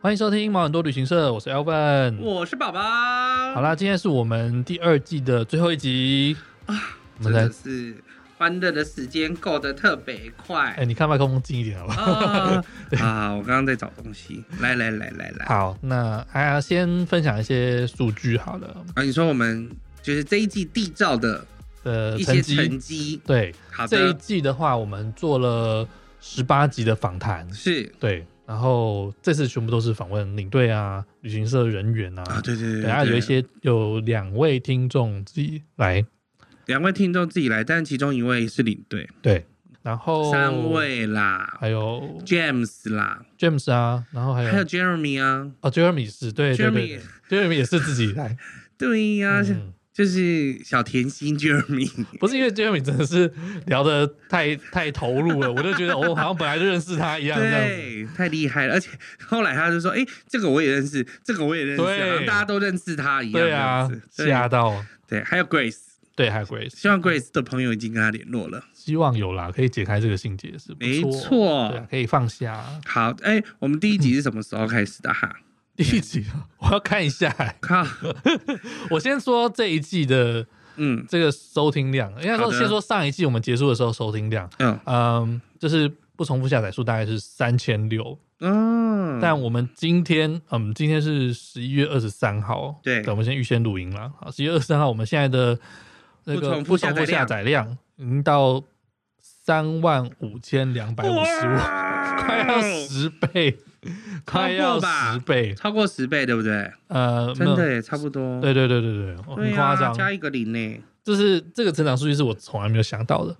欢迎收听毛很多旅行社，我是 Elvin。我是爸爸。好啦，今天是我们第二季的最后一集我啊真们来的，是欢乐的时间过得特别快哎、。你看麦克风近一点好不好？ 啊啊！我刚刚在找东西，来来来来来，好，那哎呀，先分享一些数据好了，啊，你说我们就是这一季缔造的呃，一些成绩成绩，对好这一的，季的话，我们做了十八集的访谈，是对，然后这次全部都是访问领队啊、旅行社人员啊，啊，对对对，然后对有一些有两位听众自己来，两位听众自己来，但其中一位是领队，对，然后三，位啦还有，James 啦， James 啊，然后还有还有 Jeremy 啊，哦，Jeremy 是对对对 Jeremy 对，Jeremy 也是自己 来，对呀，嗯，就是小甜心 Jeremy，不是因为 Jeremy 真的是聊的太太投入了，我就觉得哦，好像本来就认识他一样这样子。对，太厉害了！而且后来他就说：“哎、这个我也认识，这个我也认识，对好像大家都认识他一样。”对啊，这吓样子到，对对，还有 Grace，对，还有 Grace，希望 Grace 的朋友已经跟他联络了。希望有啦，可以解开这个心结是不没错，错对啊，可以放下。好，哎、我们第一集是什么时候开始的哈？第一集我要看一下、欸靠，我先说这一季的嗯这个收听量，应该好说的先说上一季我们结束的时候收听量，嗯嗯，就是不重复下载数大概是三千六，嗯，但我们今天，嗯，今天是十一月二十三号，对我们先预先录音了。好，十一月二十三号，我们现在的那不个重复下载重量下载量已经到三万五千两百五十五，哇快要十 倍，快要十倍，超过十倍，对不对？呃，真没的有，耶，差不多。对对对对对，哦对很啊，夸张，加一个零呢。就是这个成长数据是我从来没有想到 的，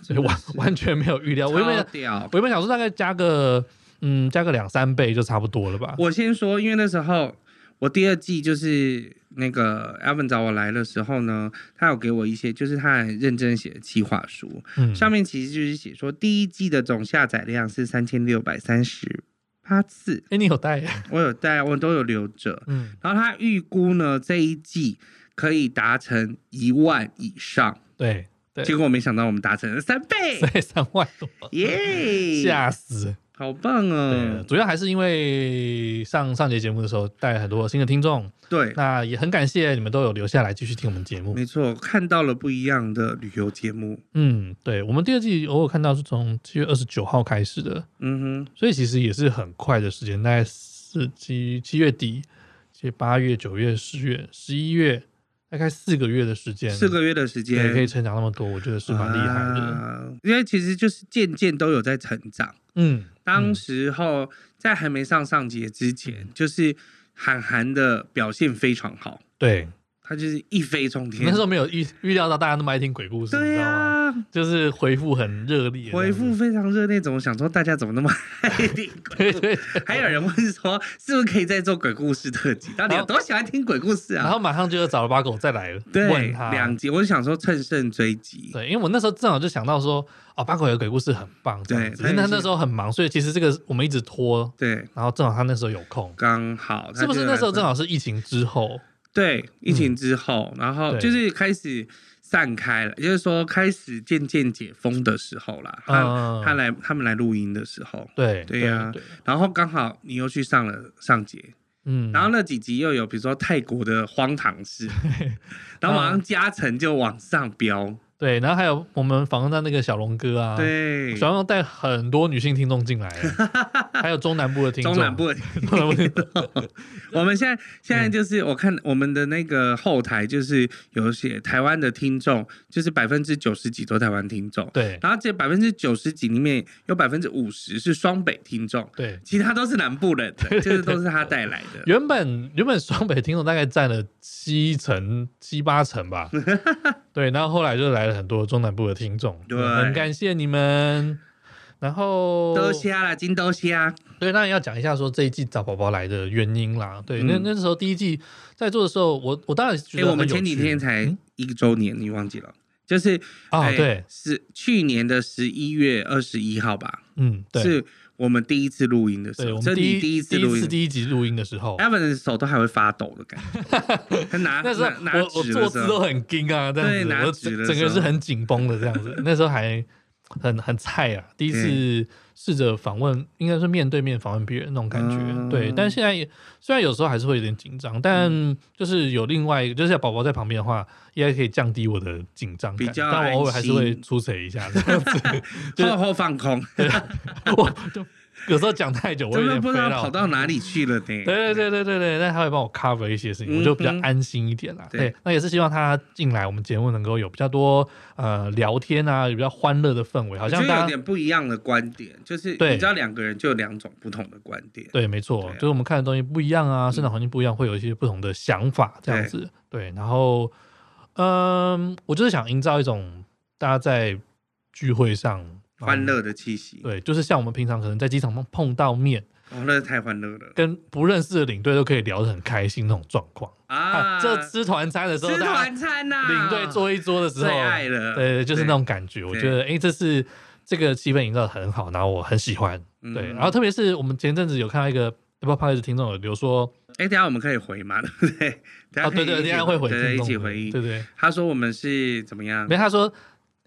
所以完完全没有预料，我原超本屌！我原本想说大概加个。嗯，加个两三倍就差不多了吧？ 我先说，因为那时候我第二季就是那个 Alvin 找我来的时候呢，他有给我一些，就是他很认真写的企划书，嗯，上面其实就是写说第一季的总下载量是三千六百三十八次，哎，你有带？我有带，我都有留着。嗯，然后他预估呢这一季可以达成一万以上，对，对结果没想到我们达成了三 倍，所以三万多，耶！吓死！好棒对，哦！主要还是因为上上节节目的时候带了很多新的听众，对，嗯那也很感谢你们都有留下来继续听我们节目。没错，看到了不一样的旅游节目。嗯，对，我们第二季偶尔看到是从七月二十九号开始的，嗯哼，所以其实也是很快的时间，大概是七七月底，七八月、九月、十月、十一月，大概四个月的时间，四个月的时间对可以成长那么多，我觉得是蛮厉害的。啊因为其实就是渐渐都有在成长。嗯，当时候在还没上上节之前，就是韩寒的表现非常好，对，他就是一飞冲天。那时候没有预预料到大家那么爱听鬼故事，你对知道吗？啊，就是回复很热烈，回复非常热烈，怎么想说大家怎么那 么爱听这鬼样子故事？对对， 还有人问说，是不是可以再做鬼故事特辑？到底有多喜欢听鬼故事 然啊？后马上就找了八狗再来对，问他，两集，我就想说趁胜追击。对，因为我那时候正好就想到说，哦，八狗有鬼故事很棒，这样子对因为他他也是那时候很忙，所以其实这个我们一直拖，对，然后正好他那时候有空，刚好他是不就是来那时候说正好是疫情之后？对，疫情之后，然嗯后对就是开始散开了，也就是说开始渐渐解封的时候啦。他、嗯他来他们来录音的时候，对对呀对然后刚好你又去上了上节，嗯，然后那几集又有比如说泰国的荒唐 事，然后马上加成就往上飙。对，然后还有我们访问到那个小龙哥啊，，对，小龙带很多女性听众进来， 还有中南部的听众，嗯中南部的 中南部的听众，我们现在现在就是我看我们的那个后台就是有写台湾的听众，就是百分之九十几都台湾听众。 对然后这百分之九十几里面有百分之五十是双北听众，对。其他都是南部人的，就是都是他带来的。原本原本双北听众大概占了七成七八成 吧，对，然后后来就来了很多中南部的听众，对很感谢你们。然后，都虾啊啦，金都虾，对，那也要讲一下说这一季找宝宝来的原因啦。对，嗯那那时候第一季在做的时候，我我当然觉哎，得很我有们趣、前几天才嗯一个周年，你忘记了？就是哦，哎对，是去年的十一月二十一号吧，嗯，对，是我们第一次录音的时对，候，我这们是第你一第一次第录一次音。第一集录音的时候， Evan 的手都还会发抖的感觉，他拿 那时候拿拿我我纸坐的时姿都候，很硬啊，这样对子，拿我纸的整整个时候是很紧绷的这样子。那时候还很很菜啊，第一次试着访问，应该是面对面访问别人那种感觉，嗯对。但现在也虽然有时候还是会有点紧张，嗯但就是有另外一个，就是宝宝在旁边的话，应该可以降低我的紧张感比，较但我偶尔还是安会心出槌一下这样子。 就是后后放空，我就有时候讲太久，我真有的点不飞知道到跑。到哪里去了呢。对 对对对对对对，那他会帮我 cover 一些事情，我就比较嗯哼安心一点啦。对对，那也是希望他进来我们节目能够有比较多呃聊天啊，有比较欢乐的氛围，好我像觉得大有家点不一样的观点，就是对你知道两个人就有两种不同的观点。对，没错，对啊就是我们看的东西不一样啊，生长环境不一样，会有一些不同的想法这样子。对，然后嗯，我就是想营造一种大家在聚会上欢。嗯乐的气息，对，就是像我们平常可能在机场碰碰到面，哦，那太欢乐了跟不认识的领队都可以聊得很开心那种状况。啊！啊，这吃团餐的时候，吃大家团餐呐，领队坐一桌的时候，啊最爱了，对，就是那种感觉。我对觉得，哎，这是这个气氛营造的很好，然后我很喜欢。嗯对，然后特别是我们前阵子有看到一个 Apple p o d 听众有留说，哎，等一下我们可以回 嘛，对不对？等一下哦，可对以对，一等起一下会回对听一众起的，回应对。对。他说我们是怎么样没，？他嗯说，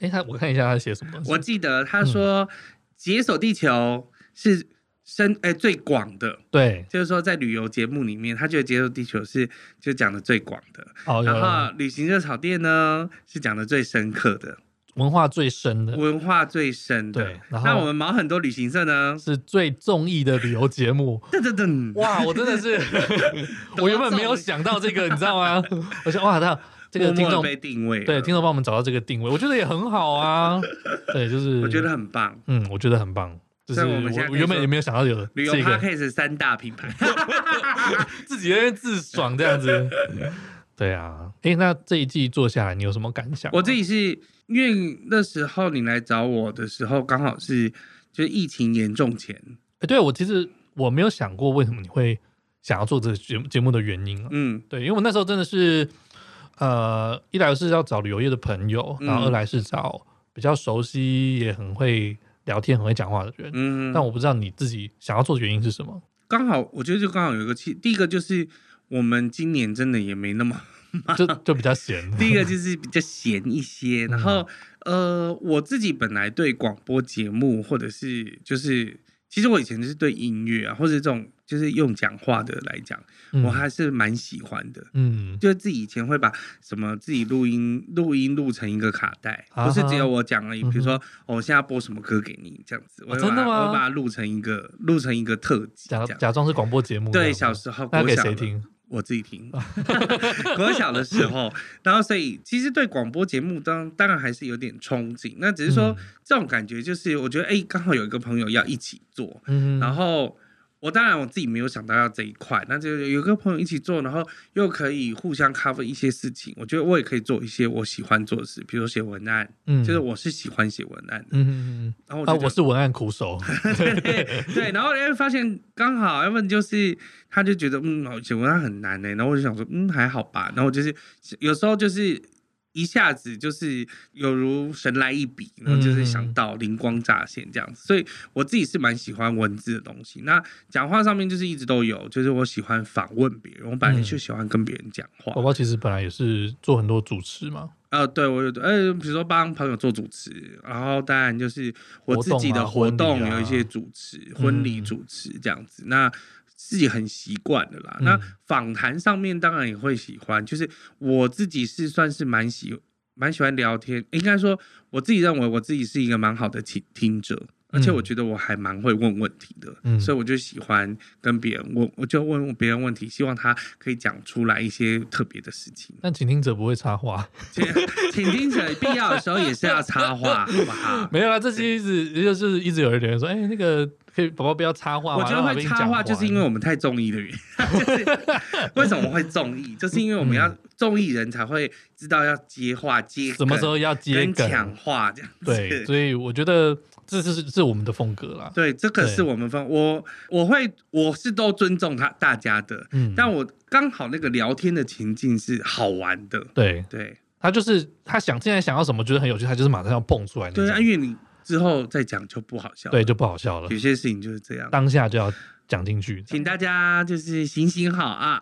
哎，他我看一下他写什么东西。我记得他说解锁地球是深哎最广的，对，就是说在旅游节目里面，他觉得解锁地球是就讲的最广的，哦，有然了后旅行热炒店呢是讲的最深刻的，文化最深的文化最深的。对然后那我们毛很多旅行社呢，是最综艺的旅游节 目。噔噔噔，哇，我真的 是，我原本没有想到这个，你知道吗？ 我想，哇，他这个默听默地众被定位了，对，听众帮我们找到这个定位，我觉得也很好啊。对，就是我觉得，很棒。嗯，我觉得很棒。就是所以我们现在我可以原本说也没有想到有旅游这个 podcast 三大品牌，自己在那边自爽这样子。 对啊，诶，那这一季做下来，你有什么感想吗？我自己是因为那时候你来找我的时候，刚好是就是疫情严重前，诶，对我其实我没有想过为什么你会想要做这个节目节目的原因啊。嗯，对，因为我那时候真的是，呃，一来是要找旅游业的朋友，然后嗯二来是找比较熟悉也很会聊天、很会讲话的人。嗯，但我不知道你自己想要做的原因是什么。刚好我觉得就刚好有一个契，第一个就是我们今年真的也没那么，就就比较闲。 第一个就是比较闲一些，然后嗯呃，我自己本来对广播节目或者是就是，其实我以前就是对音乐啊，或者这种就是用讲话的来讲，嗯我还是蛮喜欢的。嗯就是自己以前会把什么自己录音录音录成一个卡带，啊哈不是只有我讲而已。嗯哼比如说，哦我现在播什么歌给你这样子，我会把真的它吗我会把它录成一个录成一个特辑这假样。假装是广播节目这样对，子。小时候那国给小谁的听？我自己听。 国小的时候，然后所以其实对广播节目当当然还是有点憧憬，那只是说、嗯这种感觉就是我觉得哎，刚好有一个朋友要一起做，嗯，然后我当然我自己没有想到要这一块，那就有个朋友一起做，然后又可以互相 cover 一些事情。我觉得我也可以做一些我喜欢做的事，比如写文案，嗯就是我是喜欢写文案的。嗯嗯嗯然后嗯我啊，就觉我得、是文案苦手。对对，然后哎发现刚好，要不然就是他就觉得嗯写文案很难呢、然后我就想说嗯还好吧，然后我就是有时候就是。一下子就是有如神来一笔，然后就是想到灵光乍现这样子，所以我自己是蛮喜欢文字的东西。那讲话上面就是一直都有，就是我喜欢访问别人，我本来就喜欢跟别人讲话。宝宝其实本来也是做很多主持嘛，呃，对我有，呃，比如说帮朋友做主持，然后当然就是我自己的活活动啊嗯婚动礼啊有一些主持，婚礼主持这样子。那自己很习惯的啦。嗯那访谈上面当然也会喜欢，就是我自己是算是蛮喜蛮喜欢聊天，应该说我自己认为我自己是一个蛮好的倾听者。而且我觉得我还蛮会问问题的，嗯所以我就喜欢跟别人问，我就问别人问题，希望他可以讲出来一些特别的事情。但倾听者不会插话。请请听者必要的时候也是要 插话，好不好？没有啦，这期一直就是一直有人留言说，哎，那个可以宝宝不要插话我嘛。觉得让来会宾插讲话，啊完就是因为我们太中意的原因。 就是为什么会中意，就是因为我们要中意人才会知道要接话、接梗嗯什么时候要接跟抢梗。话这样子。对，所以我觉得这是是我们的风格啦。 对，这个对是我们方，我我会我是都尊重他大家的，嗯，但我刚好那个聊天的情境是好玩的，对对他就是他想现在想要什么，觉得很有趣，他就是马上要蹦出来那种。对啊，因为你之后再讲就不好笑，对，就不好笑了。有些事情就是这样。当下就要讲进去。请大家就是行行 好啊，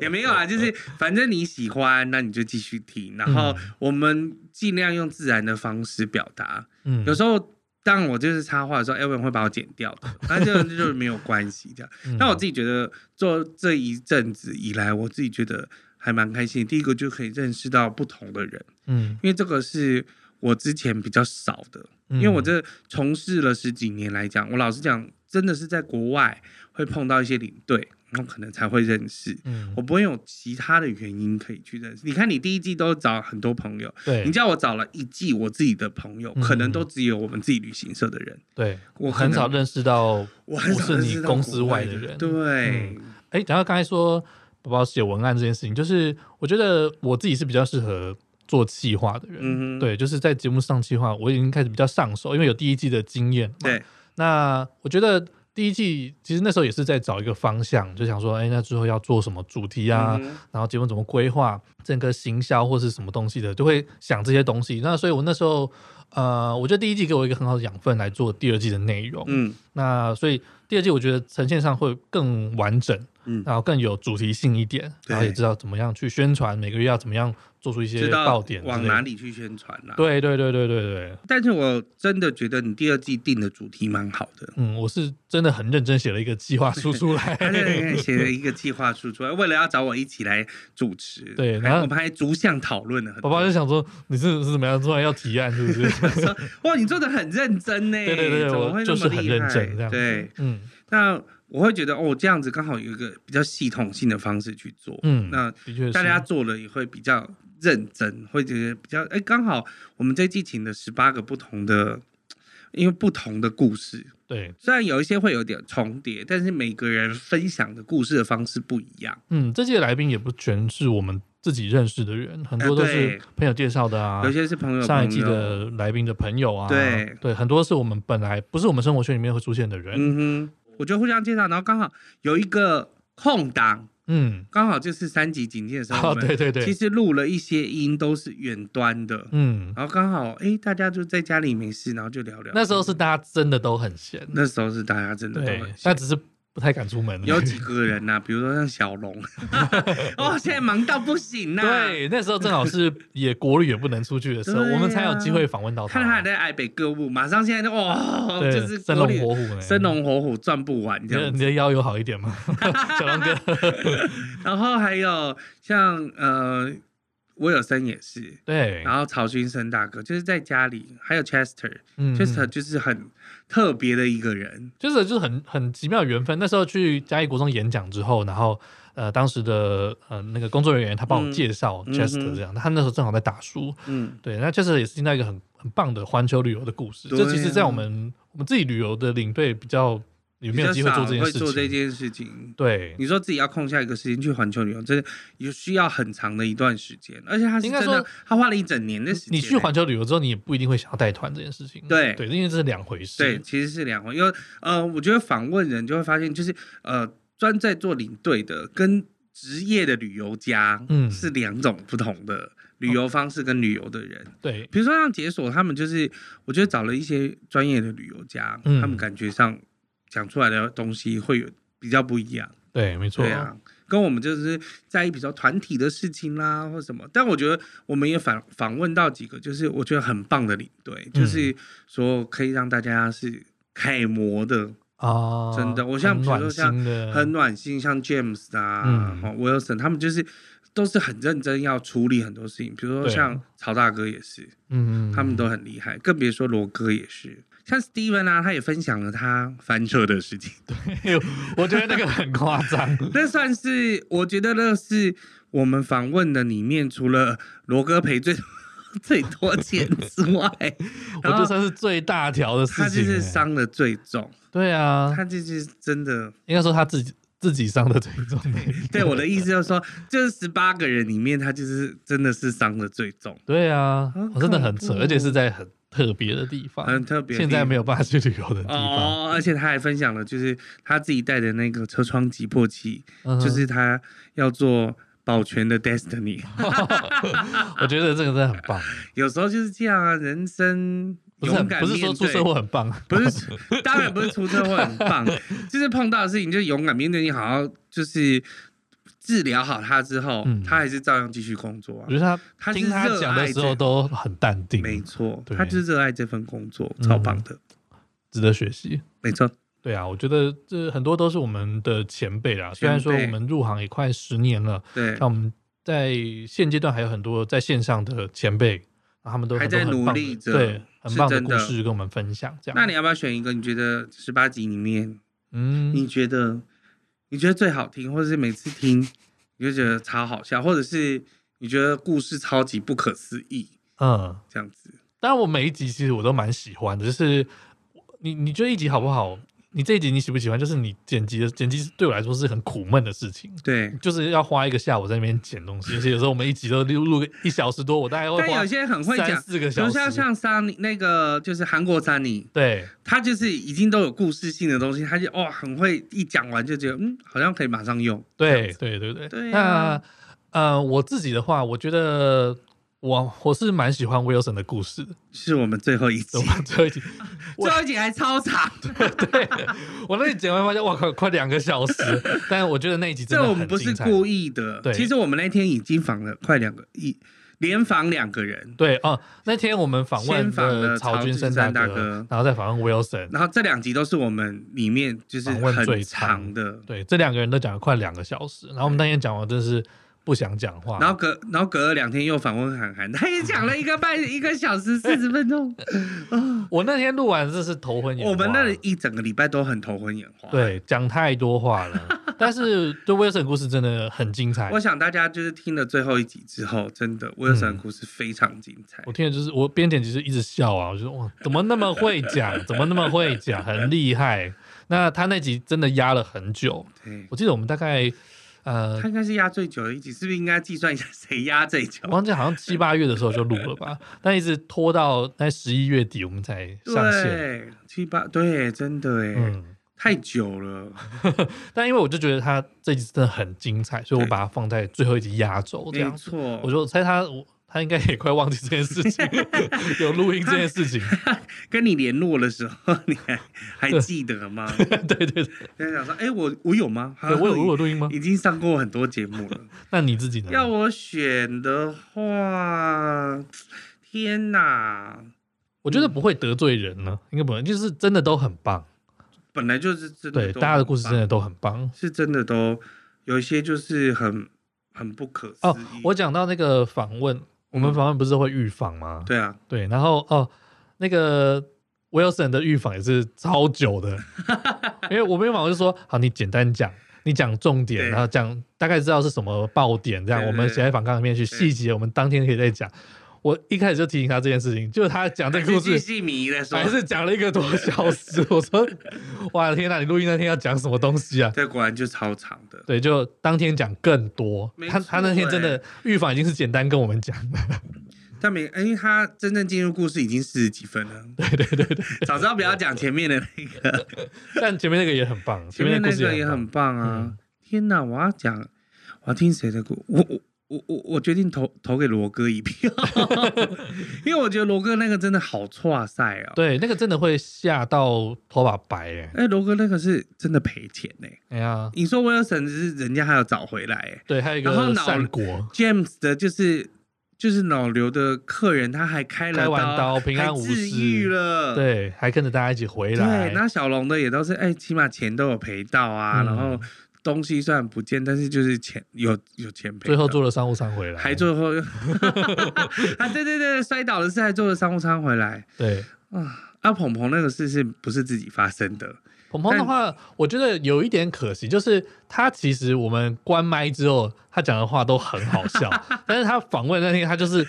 也没有啊，就是反正你喜欢，那你就继续听，然后我们尽量用自然的方式表达。嗯，有时候，当我就是插话的时候，Elvin 会把我剪掉 的，但这个就是没有关系这样。嗯但我自己觉得做这一阵子以来，我自己觉得还蛮开心。第一个就可以认识到不同的人，嗯，因为这个是我之前比较少的。因因为我这从事了十几年来讲，我老实讲，真的是在国外会碰到一些领队，然后可能才会认识。嗯我不会有其他的原因可以去认识。你看，你第一季都找很多朋友，对嗯你叫我找了一季我自己的朋友，可能都只有我们自己旅行社的人。对，我可很能少认识到我很少不是认你识到公国司外外的的人对，哎、等到刚才说宝宝写文案这件事情，就是我觉得我自己是比较适合做企划的人，嗯哼对，就是在节目上企划，我已经开始比较上手，因为有第一季的经验。对，那我觉得第一季其实那时候也是在找一个方向，就想说，哎、那之后要做什么主题啊？嗯哼然后节目怎么规划，整个行销或是什么东西的，就会想这些东西。那所以我那时候，呃，我觉得第一季给我一个很好的养分来做第二季的内容。嗯那所以第二季我觉得呈现上会更完整，嗯然后更有主题性一点，对然后也知道怎么样去宣传，每个月要怎么样做出一些知爆道点，往哪？里去宣传啦、对对对对对对，但是我真的觉得你第二季定的主题蛮好的。嗯，我是真的很认真写了一个计划书出 来，他在写了一个计划书出来，为了要找我一起来主持，对还然后我们还逐项讨论了很宝多。宝就想说你是是怎么样，突然要提案是不是？ 说：“哇，你做的很认真呢，对对对怎么我会就那是么很厉认害？”真这样子对，嗯那我会觉得哦，这样子刚好有一个比较系统性的方式去做，嗯，那的确是大家做了也会比较认真，会觉得比较哎，刚好我们这季请的十八个不同的，因为不同的故事，对，虽然有一些会有点重叠，但是每个人分享的故事的方式不一样。嗯，这届来宾也不全是我们自己认识的人，很呃多都对是朋友介绍的啊，有些是朋友，上一季朋友，的来宾的朋友啊，对很多是我们本来不是我们生活圈里面会出现的人，嗯哼，我就互相介绍，然后刚好有一个空档，嗯，刚好就是三级警戒的时候，哦，我 们对对对，其实录了一些音都是远端的，嗯，然后刚好哎，大家就在家里没事，然后就聊聊。那时候是大家真的都很闲，那时候是大家真的都对很，那闲。只是不太敢出门，有几个人呐、比如说像小龙，哦，现在忙到不行啊呐、对，那时候正好是也国旅也不能出去的时候， 对啊我们才有机会访问到看他还在台北歌舞，马上现在就哇、哦，对，就是生国龙旅活虎嗯呢，生龙活虎赚不完你这的样你子。的腰有好一点 吗， 小龙哥？然后还有像呃，威尔森也是，对，然后曹勋生大哥就是在家里，还有 Chester，Chester、嗯，嗯就是很特别的一个人。就是就是很很奇妙的缘分。那时候去嘉义国中演讲之后，然后呃，当时的呃那个工作人员他帮我介绍嗯 Chester 嗯这样，他那时候正好在打书，嗯，对，那 Chester 也是听到一个很很棒的环球旅游的故事。对这其实，啊在我们我们自己旅游的领队比较有没有比机会做较少这件会事做这情？件事情。对，你说自己要空下一个时间去环球旅游，真的有需要很长的一段时间，而且他是应该真说嗯的，他花了一整年的时间。欸你去环球旅游之后，你也不一定会想要带团这件事情。对对，因为这是两回事。对，其实是两回，因为呃，我觉得访问人就会发现，就是呃，专在做领队的跟职业的旅游家，嗯是两种不同的旅游方式跟旅游的人。对，比如说像解锁，他们就是我觉得找了一些专业的旅游家，嗯他们感觉上讲出来的东西会有比较不一样。对，没错。对啊，跟我们就是在意比较团体的事情啦，或什么。但我觉得我们也访访问到几个，就是我觉得很棒的领队，嗯就是说可以让大家是楷模的，啊，真的我像很比如暖说像心的，很暖心，像 James 啊嗯、哦 Wilson 他们就是。都是很认真要处理很多事情，比如说对啊像曹大哥也是，嗯，他们都很厉害，更别说罗哥也是。像 Steven 啊，他也分享了他翻车的事情， 我觉得那个很夸张。那算是我觉得那是我们访问的里面，除了罗哥赔最 最多钱之 外，我然就后算是最大条的他事就情、欸。是伤的最重，对啊，他就是真的。应该说他自己自己伤的最重的一个。对我的意思就是说，就是十八个人里面，他就是真的是伤的最重， 对啊好，我真的很扯恐，怖哦而且是在很特别的地方，很特别。现在没有办法去旅游的地方，哦，而且他还分享了，就是他自己带的那个车窗击破器，嗯哼就是他要做保全的 Destiny。 我觉得这个真的很棒。有时候就是这样啊，人生不是很勇敢不是说面出对社会很 棒，不是，当然不是 出车祸很棒，就是碰到的事情就勇敢面对，你好好就是治疗好他之后，嗯他还是照样继续工作啊我。觉得他他是听他讲的时热候爱这都很淡定，没错，啊对嗯他就是热爱这份工作，超棒的。值得学习。没错，对啊，我觉得这很多都是我们的前辈啦。虽然说我们入行也快十年了，对但，我们在现阶段还有很多在线上的前辈，他们都有很多还在很棒的努力着对，很棒是的真故的事跟我们分享。这样，那你要不要选一个？你觉得十八集里面，嗯你觉得你觉得最好听，或者是每次听你就觉得超好笑，或者是你觉得故事超级不可思议嗯，这样子？当然我每一集其实我都蛮喜欢的，就是你你觉得一集好不好？你这一集你喜不喜欢？就是你剪辑的剪辑对我来说是很苦闷的事情。对，就是要花一个下午在那边剪东西，而且有时候我们一集都录录个一小时多，我大概会但花有些很会三讲，四个比小如时。像像桑尼那个就是韩国桑尼，对，他就是已经都有故事性的东西，他就哦很会一讲完就觉得嗯好像可以马上用。对对对对。对那啊呃，我自己的话，我觉得我我是蛮喜欢 Wilson 的故事的。是我们最后一集我，们 最后一集，我 最后一集还超长，对我那一集剪完发现，哇靠，快两个小 时。但我觉得那一集真的这我很们不是精彩故意的对。其实我们那天已经访了快两个一连访两个人，对哦、那天我们访问先访了了曹曹君君生山大大哥然后再访问 Wilson。然后这两集都是我们里面就是访问最很长长的。对，这两个人都讲了快两个小时，然后我们那天讲完真是不想讲话。然后隔然后隔了两天又访问韩寒，他也讲了一个半一个小时四十 分钟。我那天录完真是头昏眼花。我们那里一整个礼拜都很头昏眼花。，对讲太多话 了，但是对 Wilson 故事真的很精彩我。想大家就是听了最后一集之后，真的威尔森的故事非常精彩。我听的就是我边剪辑是一直笑啊，我就说哇，怎么那么会讲，怎么那么会讲，很厉害。那他那集真的压了很久，对，我记得我们大概呃他应该是压最久的一集，是不是应该计算一下谁压最久我？忘记好像七八月的时候就录了吧，但一直拖到在十一月底我们才上线。对，七八对，真的哎、嗯，太久了。但因为我就觉得他这集真的很精彩，所以我对把它放在最后一集压轴这没样子。错，我就猜他，我他应该也快忘记这件事情， 有录音这件事情。 跟你联络的时候，你还还记得吗？对对对，在想说，哎、我我有吗？对我有我有录音吗？已经上过很多节 目了。那你自己呢？要我选的话，天哪，我觉得嗯不会得罪人呢，应该不会，就是真的都很棒。本来就是真的对，都很棒，大家的故事真的都很棒。是真的都有一些就是很很不可思议。哦，我讲到那个访问，我们访问不是会预访吗？嗯对啊，对，然后哦，那个 Wilson 的预防也是超久的，因为我没有访，我就说好，你简单讲，你讲重点，对然后讲大概知道是什么爆点，这样对对我们写在访纲里面去，对细节我们当天可以再讲。我一开始就提醒他这件事情，就是他讲这个故还是巨事。细迷的时候还，是讲了一个多小时，我说，哇，天哪！你录音那天要讲什么东西啊？对，果然就超长的。对，就当天讲更多。没他他那天错欸真的预防已经是简单跟我们讲了。但没，因为他真正进入故事已经四十几分了。对对对对，早知道不要讲前面的那个，但前面那个也很棒，前面面的那故事个也棒很棒啊！嗯天哪，我要讲，我要听谁的故？我我我我我决定投投给罗哥一票， 因为我觉得罗哥那个真的好哇塞哦。对，那个真的会吓到头发白哎、哎，罗哥那个是真的赔钱呢、哎呀，你说威尔森是人家还要找回来、欸、对，还有一然后个脑善果， ，James 的就是就是脑瘤的客人，他还开了开完刀刀平安还无治事愈了。对，还跟着大家一起回来对，，那小龙的也都是，哎、起码钱都有赔到啊，嗯然后东西虽然不见，但是就是钱有有钱赔到。最后做了商务舱回来，还最后 啊，对对对，摔倒的事还做了商务舱回来对。啊。啊，鹏鹏那个事是不是自己发生的？鹏鹏的但话，我觉得有一点可惜，就是他其实我们关麦之后，他讲的话都很好 笑，但是他访问那天他就是，不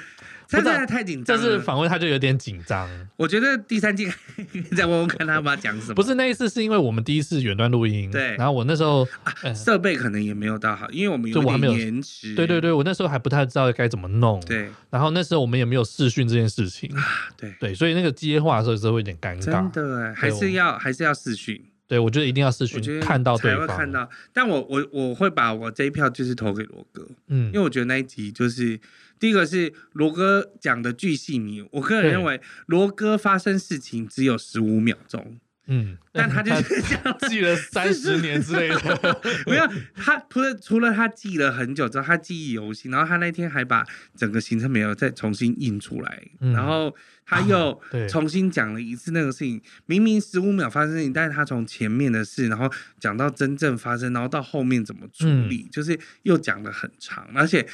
他啊知道 真的太紧这张次了。访问他就有点紧张，我觉得第三季 再问问看他要不要讲什么。不是那一次是因为我们第一次远端录音，对哎然后我那时候，呃啊设备可能也没有到好，因为我们对我还没有点延迟。对对对，我那时候还不太知道该怎么弄，对然后那时候我们也没有视讯这件事情，对对，所以那个接话的时候是会有点尴尬真。的哎还对我是要还是要视讯。对，我觉得一定要视我觉讯得看到对才会方，看到。但我我我会把我这一票就是投给罗哥，嗯因为，我觉得那一集就是第一个是罗哥讲的巨细靡，我个人认为罗哥发生事情只有十五秒 钟，嗯，但他就是这样 记了三十年之类 的，没有，他除了除了他记了很久之后，他记忆犹新，然后他那天还把整个行程表再重新印出来，嗯然后他又啊 对重新讲了一次那个事情。明明十五秒发生的事情，但是他从前面的事，然后讲到真正发生，然后到后面怎么处嗯理，就是又讲的很长，而且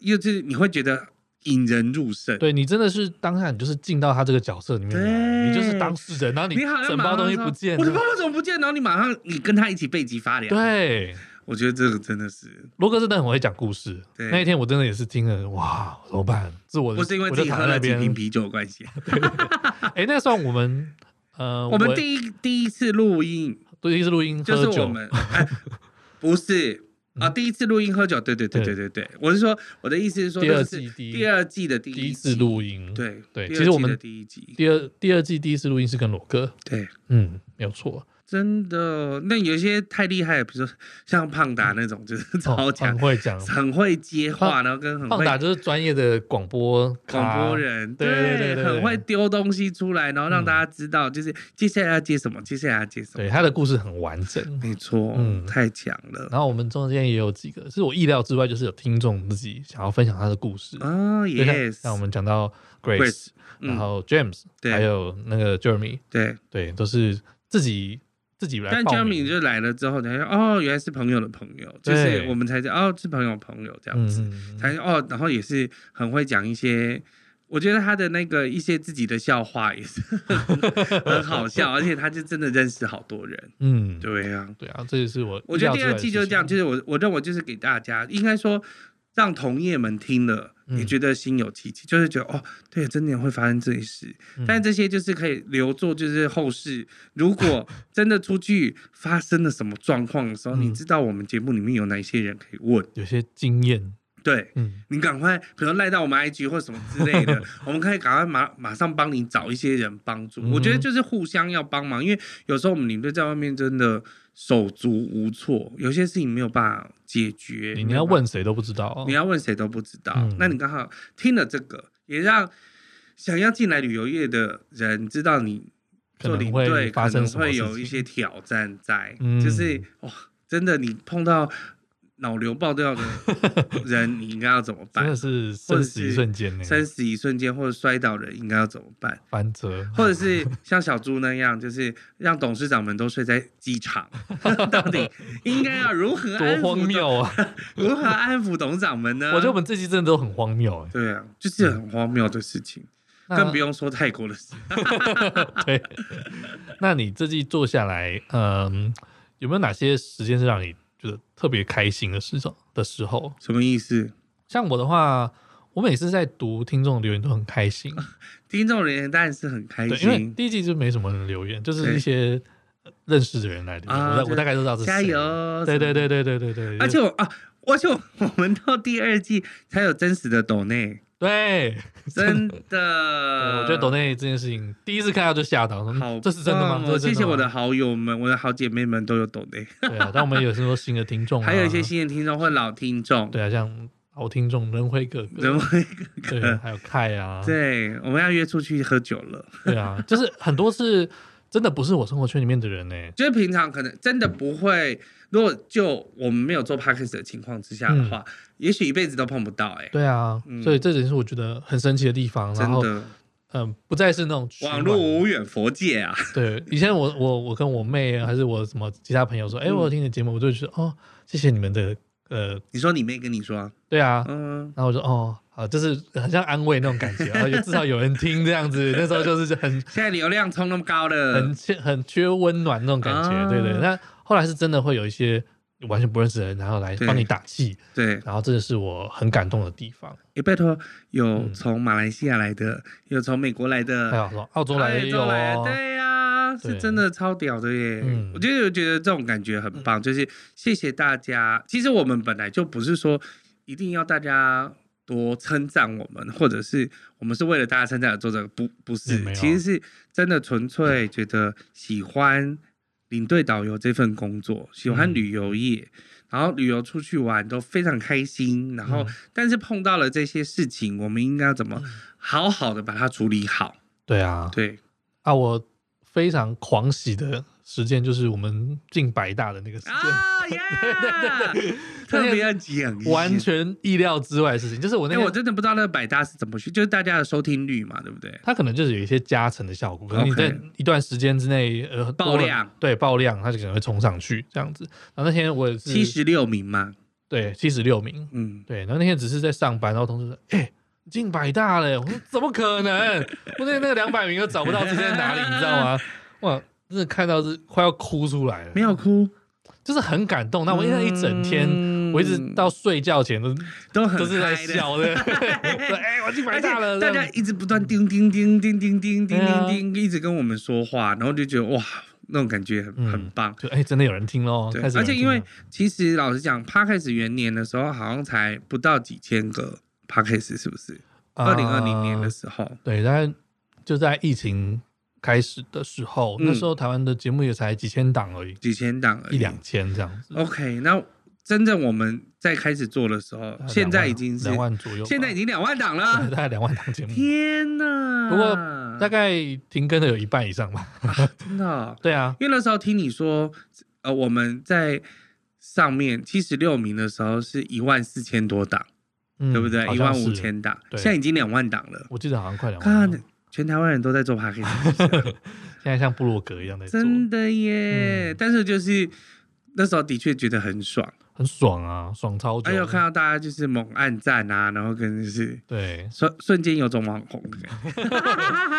又是你会觉得引人入胜。对你真的是当下你就是进到他这个角色里面来，对你就是当事人，然后你好像整马包上东西说不见我的包了。包怎么不见？然后你马上你跟他一起背脊发凉。，对，我觉得这个真的是，罗哥真的很会讲故事。对那一天我真的也是听了，哇，怎么办？是我的，不是因为我自就己躺喝在了那几边。瓶啤酒的 关系。哎，那算我们呃，我们第一第一次录音对第一次录音就喝是我酒，嗯们， 哎、不是啊、第一次录音喝酒，对对对对对对，我是说我的意思是说，第二那季是第一第二季的第第一一次集，录音，对对第二其实我季们的第一集，第二第二季第一次录音是跟罗哥，对，嗯，没有错，真的，那有一些太厉害了，比如说像胖达那种，就是哦超强很，会讲，很会接话，然后跟很胖会达就是专业的广播咖广播，人，对对对对对嗯很会丢东西出来，然后让大家知道，就是接下来要接什么，接下来要接什么，对他的故事很完整。没错，嗯太强了。然后我们中间也有几个是我意料之外，就是有听众自己想要分享他的故事，哦就像，yes，像我们讲到 Grace， Grace，然嗯后 James，对还有那个 Jeremy，对，对，都是自己自己来报但名。 Jeremy 就来了之后才说，哦，原来是朋友的朋友，就对是我们才知道哦，是朋友的朋友这样子，嗯，嗯才哦，然后也是很会讲一些。我觉得他的那个一些自己的笑话也是 很好笑，而且他就真的认识好多人。嗯，对啊，对啊，这也是我我觉得意料之第外二的季就是这样，事就情是我我认为就是给大家，应该说让同业们听了，嗯也觉得心有戚戚，就是觉得哦，对，真的会发生这些事。嗯但这些就是可以留作，就是后世如 果真的出去发生了什么状况的时候，嗯你知道我们节目里面有哪些人可以问，有些经验，对。嗯，你赶快，比如赖到我们 IG 或什么之类 的，我们可以赶快马马上帮你找一些人帮助。我觉得嗯哼就是互相要帮忙，因为有时候我们领队在外面真的手足无措，有些事情没有办法解决。你没你有要办法问谁都不知道哦，你要问谁都不知道。嗯那你刚好听了这个，也让想要进来旅游业的人知道你可做能领会队发可生能什么会事有一些挑战在，嗯就是哇、真的你碰到脑瘤爆掉的 人，你应该要怎么真的办？是或生者死一是瞬间呢，生死一瞬间，或者摔倒人应该要怎么办？ 翻折，或者是像小猪那样，就是让董事长们都睡在机场， 到底应该要如何安 多抚荒谬 啊！董，如何安抚董事长们呢？我觉得我们这期真的都很荒谬哎，对啊，就是很荒谬的事情，那更不用说泰国的事。 对，那你这季做下来，嗯，有没有哪些时间是让你觉得特别开心的时候的时候？什么意思？像我的话，我每次在读听众留言都很开心，听众人当然是很开对，因为心，第一季就没什么人留言，就是对一些呃认识的人来留言，我啊大就我大概都知道是谁加。油！对对什对么对对对对，的，而且我啊，而且我我们到第二季才有真实的抖内， 对，真对的。我觉得抖内这件事情，第一次看到就吓到，呃好说，嗯这是真的吗棒？这哦是真谢谢我的吗，好友们，我的好姐妹们都有抖内，对啊，但我们有很多新的听众啊，还有一些新的听众或老听众，对啊，像老听众仁辉哥哥，人会对，还有凯啊， 对，我们要约出去喝酒了。对啊，就是很多是真的不是我生活圈里面的人呢、就是平常可能真的不会，如果就我们没有做 podcast 的情况之下的话，也许一辈子都碰不到哎、嗯对啊，嗯所以这也是我觉得很神奇的地方。然真后，嗯、的，不再是那种取暖网络无远佛界啊，对。以前我我我跟我妹啊还是我什么其他朋友说，哎、嗯我有听你的节目，我就觉得哦，谢谢你们的呃，你说你妹跟你说，对啊。嗯，然后我说哦，好，就是很像安慰那种感觉，然后就至少有人听这样子。那时候就是 很现在流量冲那么高了很，缺很缺温暖那种感觉，嗯啊对对。那后来是真的会有一些完全不认识的人，然后来对帮你打气，对，然后这个是我很感动的地方。也拜托有嗯从马来西亚来的，有从美国来还的，有说澳洲来来的也有哦，对呀、对是真的超屌的耶！嗯我就觉得这种感觉很棒，就是谢谢大家。其实我们本来就不是说一定要大家多称赞我们，或者是我们是为了大家称赞而做这个，不不也啊是没，有其实是真的纯粹觉得喜欢。领队导游这份工作，喜欢旅游业，嗯然后旅游出去玩都非常开心。然后，嗯但是碰到了这些事情，我们应该要怎么好好的把它处理好？对啊，对，啊，我非常狂喜的时间就是我们进百大的那个时间， 啊耶， 特别要讲一下完。全意料之外的事情，就是我那哎，天我真的不知道那个百搭是怎么去，就是大家的收听率嘛，对不对？它可能就是有一些加成的效果，可能你 OK 在一段时间之内，呃，爆多了量，对爆量，它就可能会冲上去这样子。然后那天我也是七十六名嘛，对七十六名，嗯，对，然后那天只是在上班，然后同事说：“哎、你进百大了。”我说：“怎么可能？我那那个两百名都找不到自己在哪里，你知道吗？”哇，真的看到是快要哭出来了，没有哭。就是很感动。那我那一整天，嗯我一直到睡觉前都都很都是在嗨的 笑的。对，哎、我进百而且大了，大这家样一直不断叮叮叮叮叮叮叮对啊叮叮，一直跟我们说话，然后就觉得哇，那种感觉很嗯很棒。就哎、真的有人听喽，对开，始有而人且因听为咯其实老实讲 p 开始元年的时候，好像才不到几千个 p 开始，是不是？二零二零年啊的时候，对，大概就在疫情开始的时候，嗯那时候台湾的节目也才几千档而已，几千档而已。一两千这样子。 OK，那真正我们在开始做的时候大概，现呃两在万已经是两万左右吧，现在已经两万档对 了大。概两万档节目，天啊哪！不过大概停更的有一半以上吧。真的哦、对啊，因为那时候听你说，呃，我们在上面七十六名的时候是一万四千多档，嗯对不对？好一像万是五千档，对现在已经两万档了。我记得好像快两万看了。，全台湾人都在 做 p a c a g e 现在像部落格一样在做，真的耶！嗯但是就是那时候的确觉得很爽，很爽啊，爽超久的。而且哎我看到大家就是猛按赞啊，然后跟就是对瞬瞬间有种网红的感觉。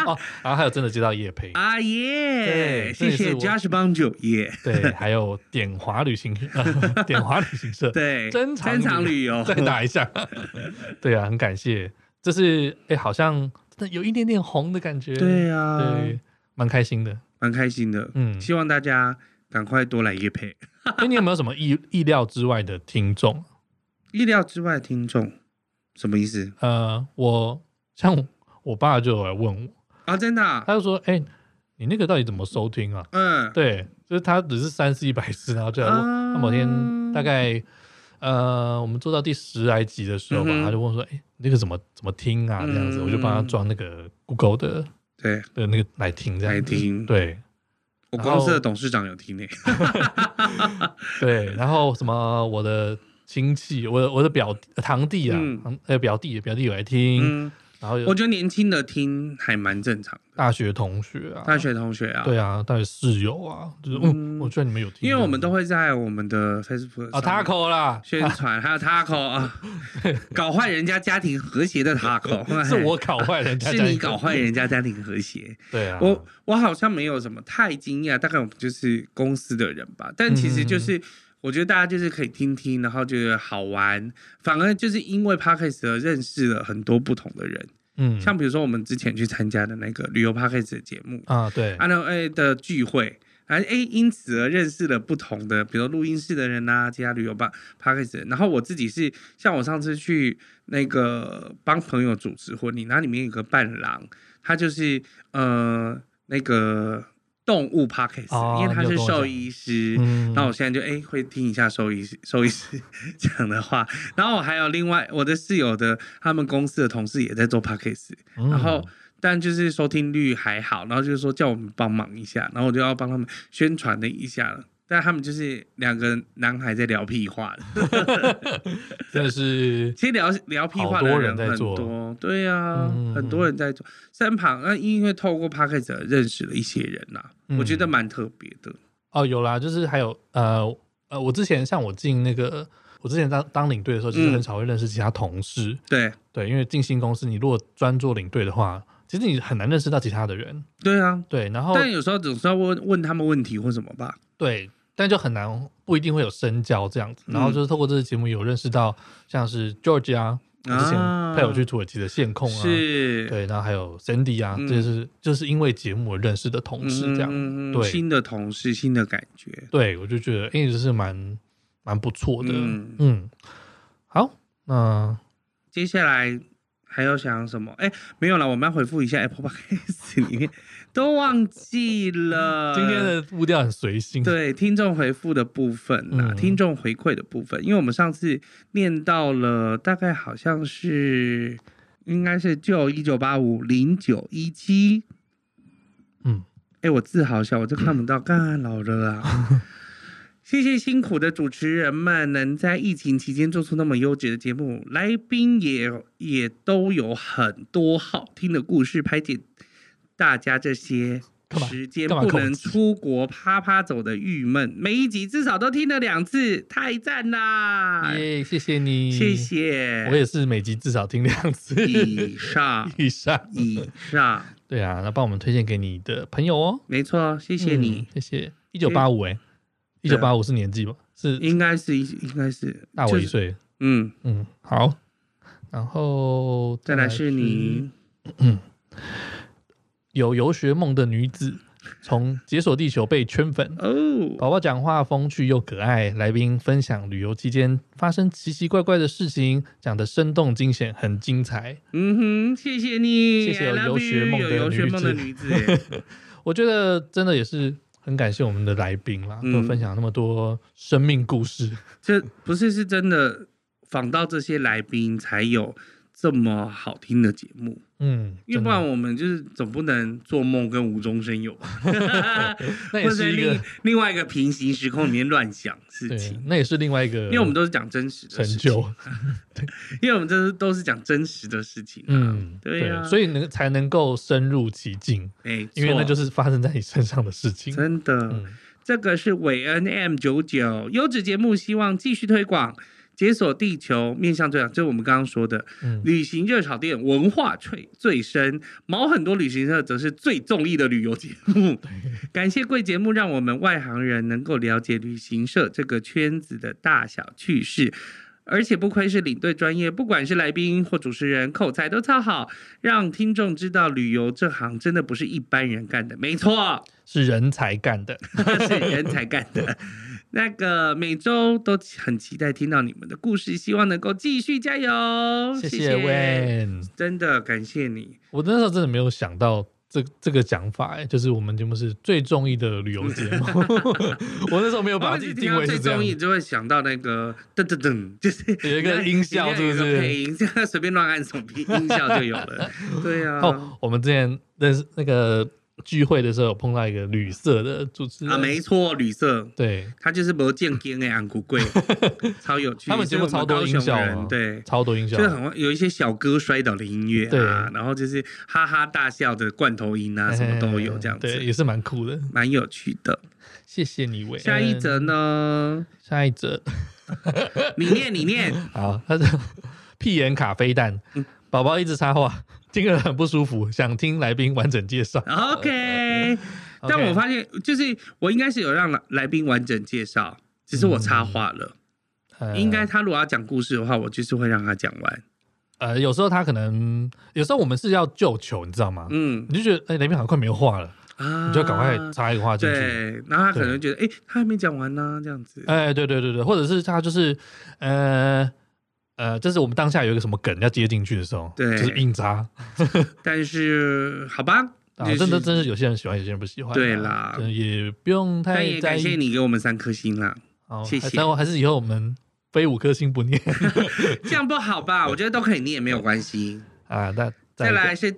哦，然后还有真的接到夜配，啊耶！对这谢也谢是我 Josh 帮主耶。对，还有点华旅行，呃、 点华旅行社，对，珍藏珍藏旅游，再打一 下。对啊，很感谢，这是哎、好像真的有一点点红的感觉。对啊，对，蛮开心的。蛮开心的。嗯，希望大家赶快多来夜配。哎，你有没有什么意意料之外的听众？意料之外的听众什么意思呃，我像我我爸就有来问我，啊？真的啊、他就说：“哎、你那个到底怎么收听啊？”嗯，对，就是他只是三四一百次，然后就来问。啊他某天大概呃，我们做到第十来集的时候吧，嗯哼他就问我说：“哎、那个怎么怎么听啊？”这样子，我就帮他嗯装那个 Google 的对的那个来听，这样来子听。对我然后公司的董事长有听呢。对，然后什么我的亲戚，我的我的表堂弟啊，嗯堂呃表弟表弟有来听，嗯，然后有我觉得年轻的听还蛮正常的，大学同学啊，大学同学啊。对啊，大学室友啊，就是嗯，嗯我觉得你们有听，因为我们都会在我们的 Facebook 啊上面 taco 啦，宣传，还有 Taco 啊，搞坏人家家庭和谐的 Taco，是我搞坏人家，哎是你搞坏，人家家庭和谐。 对啊，我我好像没有什么太惊讶，大概我们就是公司的人吧。但其实就是，嗯我觉得大家就是可以听听，然后觉得好玩。反而就是因为 podcast 而认识了很多不同的人，嗯，像比如说我们之前去参加的那个旅游 podcast 的节目，啊对，啊，那哎的聚会。啊，哎，因此而认识了不同的，比如录音室的人呐、其他旅游吧 p a c k a g e 然后我自己是，像我上次去那个帮朋友主持婚礼，那里面有个伴郎，他就是呃那个动物 p a c k a g e 哦因为他你是有跟我讲兽医师。嗯，那我现在就哎、会听一下兽医师兽医师讲的话，然后我还有另外我的室友的他们公司的同事也在做 p a c k a g e 嗯然后但就是收听率还好，然后就是说叫我们帮忙一下，然后我就要帮他们宣传了一下了。但他们就是两个男孩在聊屁话，真的是其实聊聊屁话好多的人在很做多，对呀、嗯很多人在做。身旁那因为透过 p a c k a g e 认识了一些人啦、嗯我觉得蛮特别的。哦有啦，就是还有呃呃，我之前像我进那个。我之前当当领队的时候，其实嗯很少会认识其他同事，对，对，因为进新公司，你如果专做领队的话，其实你很难认识到其他的人。对啊。对，然后但有时候总是要问问他们问题或什么吧。对，但就很难，不一定会有深交这样子。然后嗯就是透过这次节目，有认识到像是 George 啊，我之前啊配我去土耳其的线控啊，是，对，然后还有 Sandy 啊，嗯这是就是因为节目而认识的同嗯，事这样。嗯嗯嗯对新的同事，新的感觉。对，我就觉得哎，诶这是蛮蛮不错的。嗯嗯好，那接下来还有想什么？哎，没有了，我们要回复一下 Apple Podcast 里面都忘记了今天的步调很随性，呃对听众回复的部分啦，嗯听众回馈的部分，因为我们上次念到了，大概好像是应该是就一九八五零九一七，嗯，哎，我字好小，我这看不到， 干老了啊。 谢谢辛苦的主持人们，能在疫情期间做出那么优质的节目，来宾也也都有很多好听的故事，排解大家这些干嘛时间干嘛不扣能出国啪啪走的郁闷。每一集至少都听了两次，太赞啦！耶，谢谢你，谢。谢。我也是每集至少听两次以上 以上，以上，对啊，那帮我们推荐给你的朋友哦，没错，谢谢你嗯。谢谢。一九八五啊哎，一九八五是年纪吧？是应该是应该是大我一，就是岁，嗯，嗯，好。然后再来是你。有游学梦的女子，从解锁地球被圈粉。哦，宝宝讲话风趣又可爱，来宾分享旅游期间发生奇奇怪怪的事情，讲得生动惊险，很精彩。嗯哼，谢谢你，谢谢 I 有 love 游学 you，梦的有游学女梦子的 女子，我觉得真的也是很感谢我们的来宾啦，嗯都分享那么多生命故事。这不是是真的访到这些来宾才有这么好听的节目，嗯，因为真不的然我们就是总不能做梦跟无中生 有吧， 那或也者在是一另个另外一个平行时空里面乱想事对情，。那也是另外一个，因为我们都是讲真实的成事情啊就，因为我们这是都是讲真实的事情、啊，嗯，对啊所以能才能够深入其境，没错，因为那就是发生在你身上的事情。真的。嗯，这个是韦恩 M 九九优质节目，希望继续推广，解锁地球面向最广，就是我们刚刚说的嗯旅行热炒店文化最最深，毛很多旅行社则是最中意的旅游节目。感谢贵节目，让我们外行人能够了解旅行社这个圈子的大小趣事。而且不愧是领队专业，不管是来宾或主持人，口才都超好，让听众知道旅游这行真的不是一般人干的。没错，是人才干的。是人才干 的。那个每周都很期待听到你们的故事，希望能够继续加油。谢谢， Wen，真的感谢你。我那时候真的没有想到这这个讲法、哎，就是我们节目是最中意的旅游节 目。我那时候没有把我自己每次定听位到是最这样中，意就会想到那个噔噔噔，就是有一个音效是不一定要有一个配是？音，这样随便乱按什么音效就有 了。对啊，哦，我们之前认识那个聚会的时候，有碰到一个旅社的主持人，啊，没错，旅社。对，他就是不见根的昂 古贵，超有趣。他们节目是我超多高音雄效啊人对，超多音效就，是很会有一些小歌摔倒的音乐啊，对然后就是哈哈大笑的罐头音啊，什么都有这样子，对，也是蛮酷的。蛮有趣的。谢谢你，伟。下一则？呢？下一则，你念，你念。好，他是屁眼卡飞弹嗯，宝宝一直插话，听了很不舒服，想听来宾完整介绍。 OK，但 OK 我发现就是我应该是有让来来宾完整介绍，只是我插话了。呃应该他如果要讲故事的话，我就是会让他讲完。呃，有时候他可能，有时候我们是要救球，你知道吗？嗯你就觉得哎，雷宾好像快没话了，啊，嗯你就赶快插一个话进去。对，然后他可能觉得哎、诶他还没讲完呢、这样子。哎，对对对对，或者是他就是呃呃，就是我们当下有一个什么梗要接进去的时候，对就是硬插但是好吧，啊，就是真的真是有些人喜欢，有些人不喜欢啊。对啦真的也不用但太也在感谢意。你给我们三颗星啦。哦谢谢然后还是以后我们非五颗星不念这样不好吧？我觉得都可以念，没有关系。啊。那再来是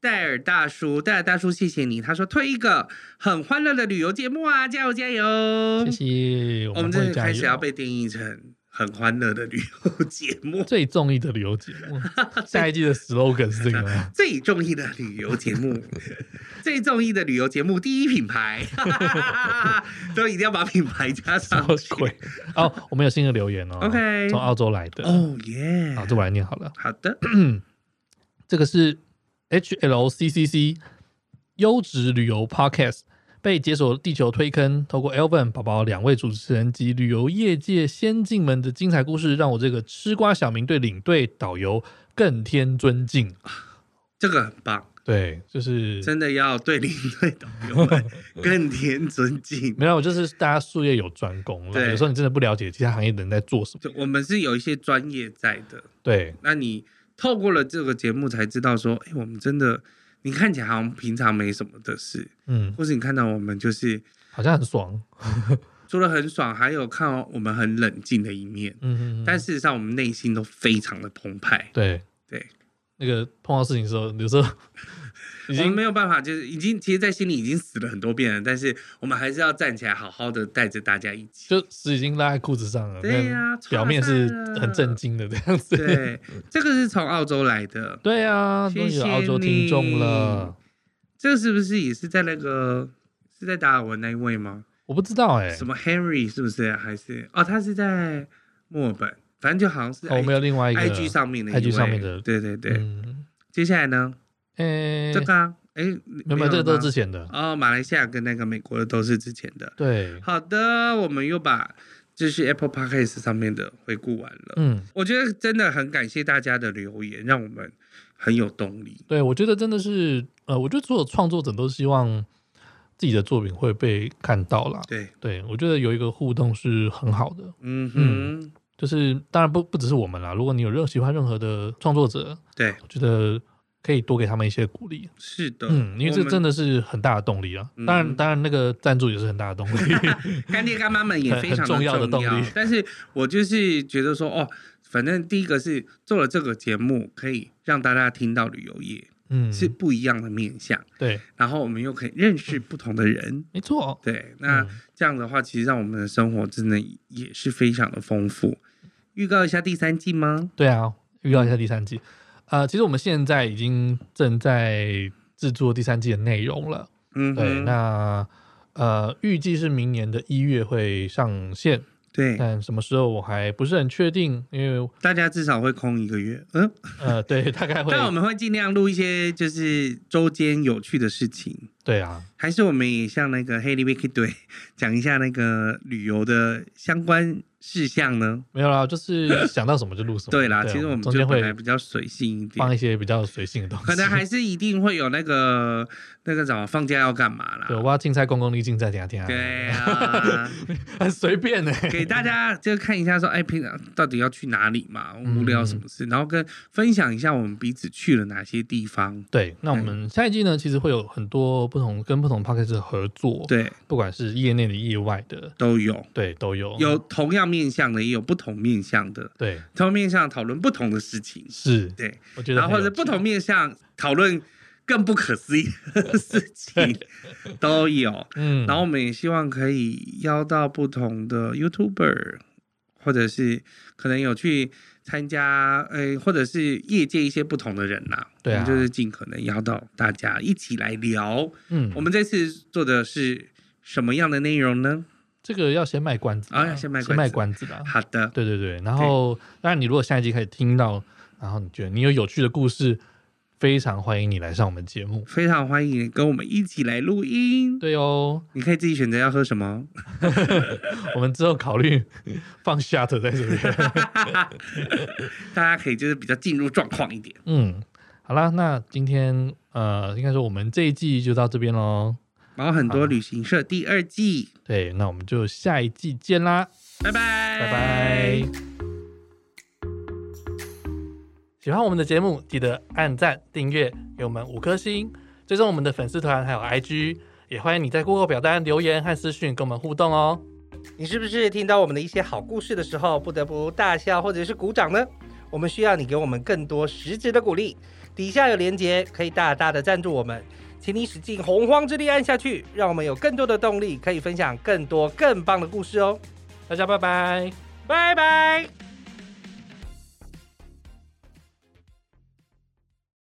戴尔大叔，戴尔大叔，谢谢你。他说推一个很欢乐的旅游节目啊，加油加油！谢谢，我我们们真会的加开始要油。被定义成很欢乐的旅游节目，最中意的旅游 节目，下一季的 slogan 是这个吗？最中意的旅游节目， 最中意的旅游节目第一品 牌，都一定要把品牌加什上么去。鬼？哦，我们有新的留言哦 OK 从澳洲来的，哦耶！啊好，这我来念好了。好的，这个是 HLCCC 优质旅游 Podcast 被解锁地球推坑，透过 Elvin 宝宝两位主持人及旅游业界先进们的精彩故事，让我这个吃瓜小民对领队导游更添尊敬。这个很棒，对，就是真的要对领队导 游们更添尊敬。没有，就是大家术业有专攻啦。对有时候你真的不了解其他行业的人在做什么，就我们是有一些专业在的，对，那你透过了这个节目才知道说，哎、我们真的，你看起来好像平常没什么的事，嗯，或是你看到我们就是好像很爽，除了很爽，还有看到我们很冷静的一面。嗯嗯，嗯但事实上，我们内心都非常的澎湃，对对，那个碰到事情的时候，有时 候已我们经没有办法，就是已经其实，在心里已经死了很多遍了，但是我们还是要站起来，好好的带着大家一起。就屎已经拉在裤子上了，对呀但表面是很震惊的这样子。对，这个是从澳洲来的， 对啊，谢终于有谢澳洲听众了，这是不是也是在那个是在达尔文那一位吗？我不知道哎、什么 Henry 是不是？还是哦，他是在墨尔本，反正就好像是哦，我 I 们有另外一个 IG 上面的 IG 一位上面的对对对。嗯，接下来呢？诶、这个啊，哎，没没有没有，这个都是之是前的，哦，马来西亚跟那个美国的都是之前的。对，好的，我们又把就是 Apple Podcast 上面的回顾完了。嗯。我觉得真的很感谢大家的留言，让我们很有动力。对，我觉得真的是，呃，我觉得所有创作者都希望自己的作品会被看到啦。对，对，我觉得有一个互动是很好的，嗯嗯哼，就是当然不不只是我们啦，如果你有任喜欢任何的创作者，对，我觉得可以多给他们一些鼓励，是的，嗯，因为这真的的是很大的动力啊。嗯当然，当然那个赞助也是很大的动 力，干爹干妈们也非常很很重要要的动力但是我就是觉得说，哦，反正第一个是做了这个节目，可以让大家听到旅游业、嗯，是不一样的面向，对，然后我们又可以认识不同的人。没错，对，那、嗯这样的话，其实让我们的生活真的也是非常的丰富。预告一下第三季吗？对啊，预告一下第三季。呃，其实我们现在已经正在制作第三季的内容了。嗯对，哼，那呃，预计是明年的一月会上线，对，但什么时候我还不是很确定，因为大家至少会空一个月。嗯，呃，对，大概会， 但我们会尽量录一些就是周间有趣的事情，对啊，还是我们也像那个 Haley Wicky 对 讲一下那个旅游的相关事项呢？没有啦，就是想到什么就录什么。啊对啦，其实我们中就间本会来比较随性一放点，一些比较随性的东西，可能还是一定会有那个那个什么放假要干嘛啦对，。我要竞赛公共力竞赛，听啊听啊，对啊，很随便呢、给大家就看一下说，哎，平常到底要去哪里嘛？嗯无聊什么事，然后跟分享一下我们彼此去了哪些地方。对，那嗯我们下一季呢，其实会有很多不同跟不同 p o d c a s t 的合作，，对，不管是业内的、业外的，都有，对，都有有同样面向的，也有不同面向的，对，同面向讨论不同的事情，是，对，我觉得然后很或者有不趣同面向讨论更不可思议的 事情都有。嗯，然后我们也希望可以邀到不同的 YouTuber，或者是可能有去参加，呃，或者是业界一些不同的人啦、对啊我们就是尽可能邀到大家一起来聊。嗯，我们这次做的是什么样的内容呢？这个要先卖关子啦啊要先卖先关卖子关子 的。好的，对对对，然后当然你如果下一集可以听到，然后你觉得你有有趣的故事，非常欢迎你来上我们节目。非常欢迎跟我们一起来录音。对哦，你可以自己选择要喝什么。我们之后考虑放 shut 在这 边。大家可以就是比较进入状况一点。嗯，好啦，那今天呃，应该说我们这一季就到这边喽。然后很好多旅行社第二季，对，那我们就下一季见啦，拜拜，拜拜。。喜欢我们的节目，记得按赞、订阅，给我们五颗星，追踪我们的粉丝团还有 IG，也欢迎你在 Google 表单留言和私讯跟我们互动哦。你是不是听到我们的一些好故事的时候，不得不大笑或者是鼓掌呢？我们需要你给我们更多实质的鼓励。底下有连结，可以大大的赞助我们，请你使尽洪荒之力按下去，让我们有更多的动力，可以分享更多更棒的故事哦。大家拜拜。拜拜。